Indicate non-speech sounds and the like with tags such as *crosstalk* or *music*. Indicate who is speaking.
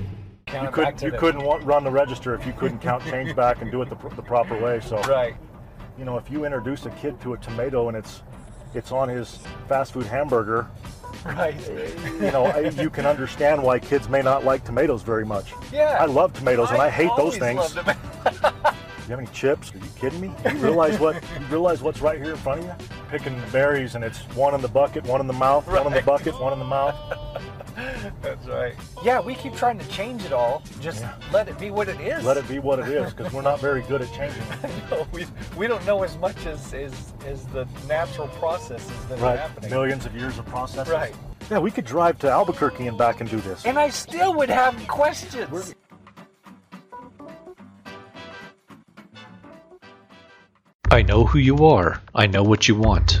Speaker 1: you
Speaker 2: come back
Speaker 1: couldn't
Speaker 2: to
Speaker 1: you
Speaker 2: this.
Speaker 1: couldn't wa- run the register if you couldn't count change back and do it the, pr- the proper way. So
Speaker 2: Right. *laughs*
Speaker 1: you know, if you introduce a kid to a tomato and it's it's on his fast food hamburger,
Speaker 2: Right.
Speaker 1: you know, I- you can understand why kids may not like tomatoes very much.
Speaker 2: Yeah.
Speaker 1: I love tomatoes and I hate
Speaker 2: always
Speaker 1: those things.
Speaker 2: loved
Speaker 1: Do
Speaker 2: them.
Speaker 1: you have any chips? Are you kidding
Speaker 2: *laughs*
Speaker 1: me? You realize what you realize what's right here in front of you? Picking berries and it's one in the bucket, one in the mouth, one in the
Speaker 2: Right.
Speaker 1: bucket, one in the mouth.
Speaker 2: *laughs* That's right. Yeah, we keep trying to change it all. Just
Speaker 1: Yeah.
Speaker 2: let it be what it is. *laughs*
Speaker 1: Let it be what it is, because we're not very good at changing. it.
Speaker 2: No, we, we don't know as much as as, as the natural processes that are
Speaker 1: Right.
Speaker 2: happening.
Speaker 1: Millions of years of processing.
Speaker 2: Right.
Speaker 1: Yeah, we could drive to Albuquerque and back and do this.
Speaker 2: And I still would have questions.
Speaker 1: We're-
Speaker 3: I know who you are. I know what you want.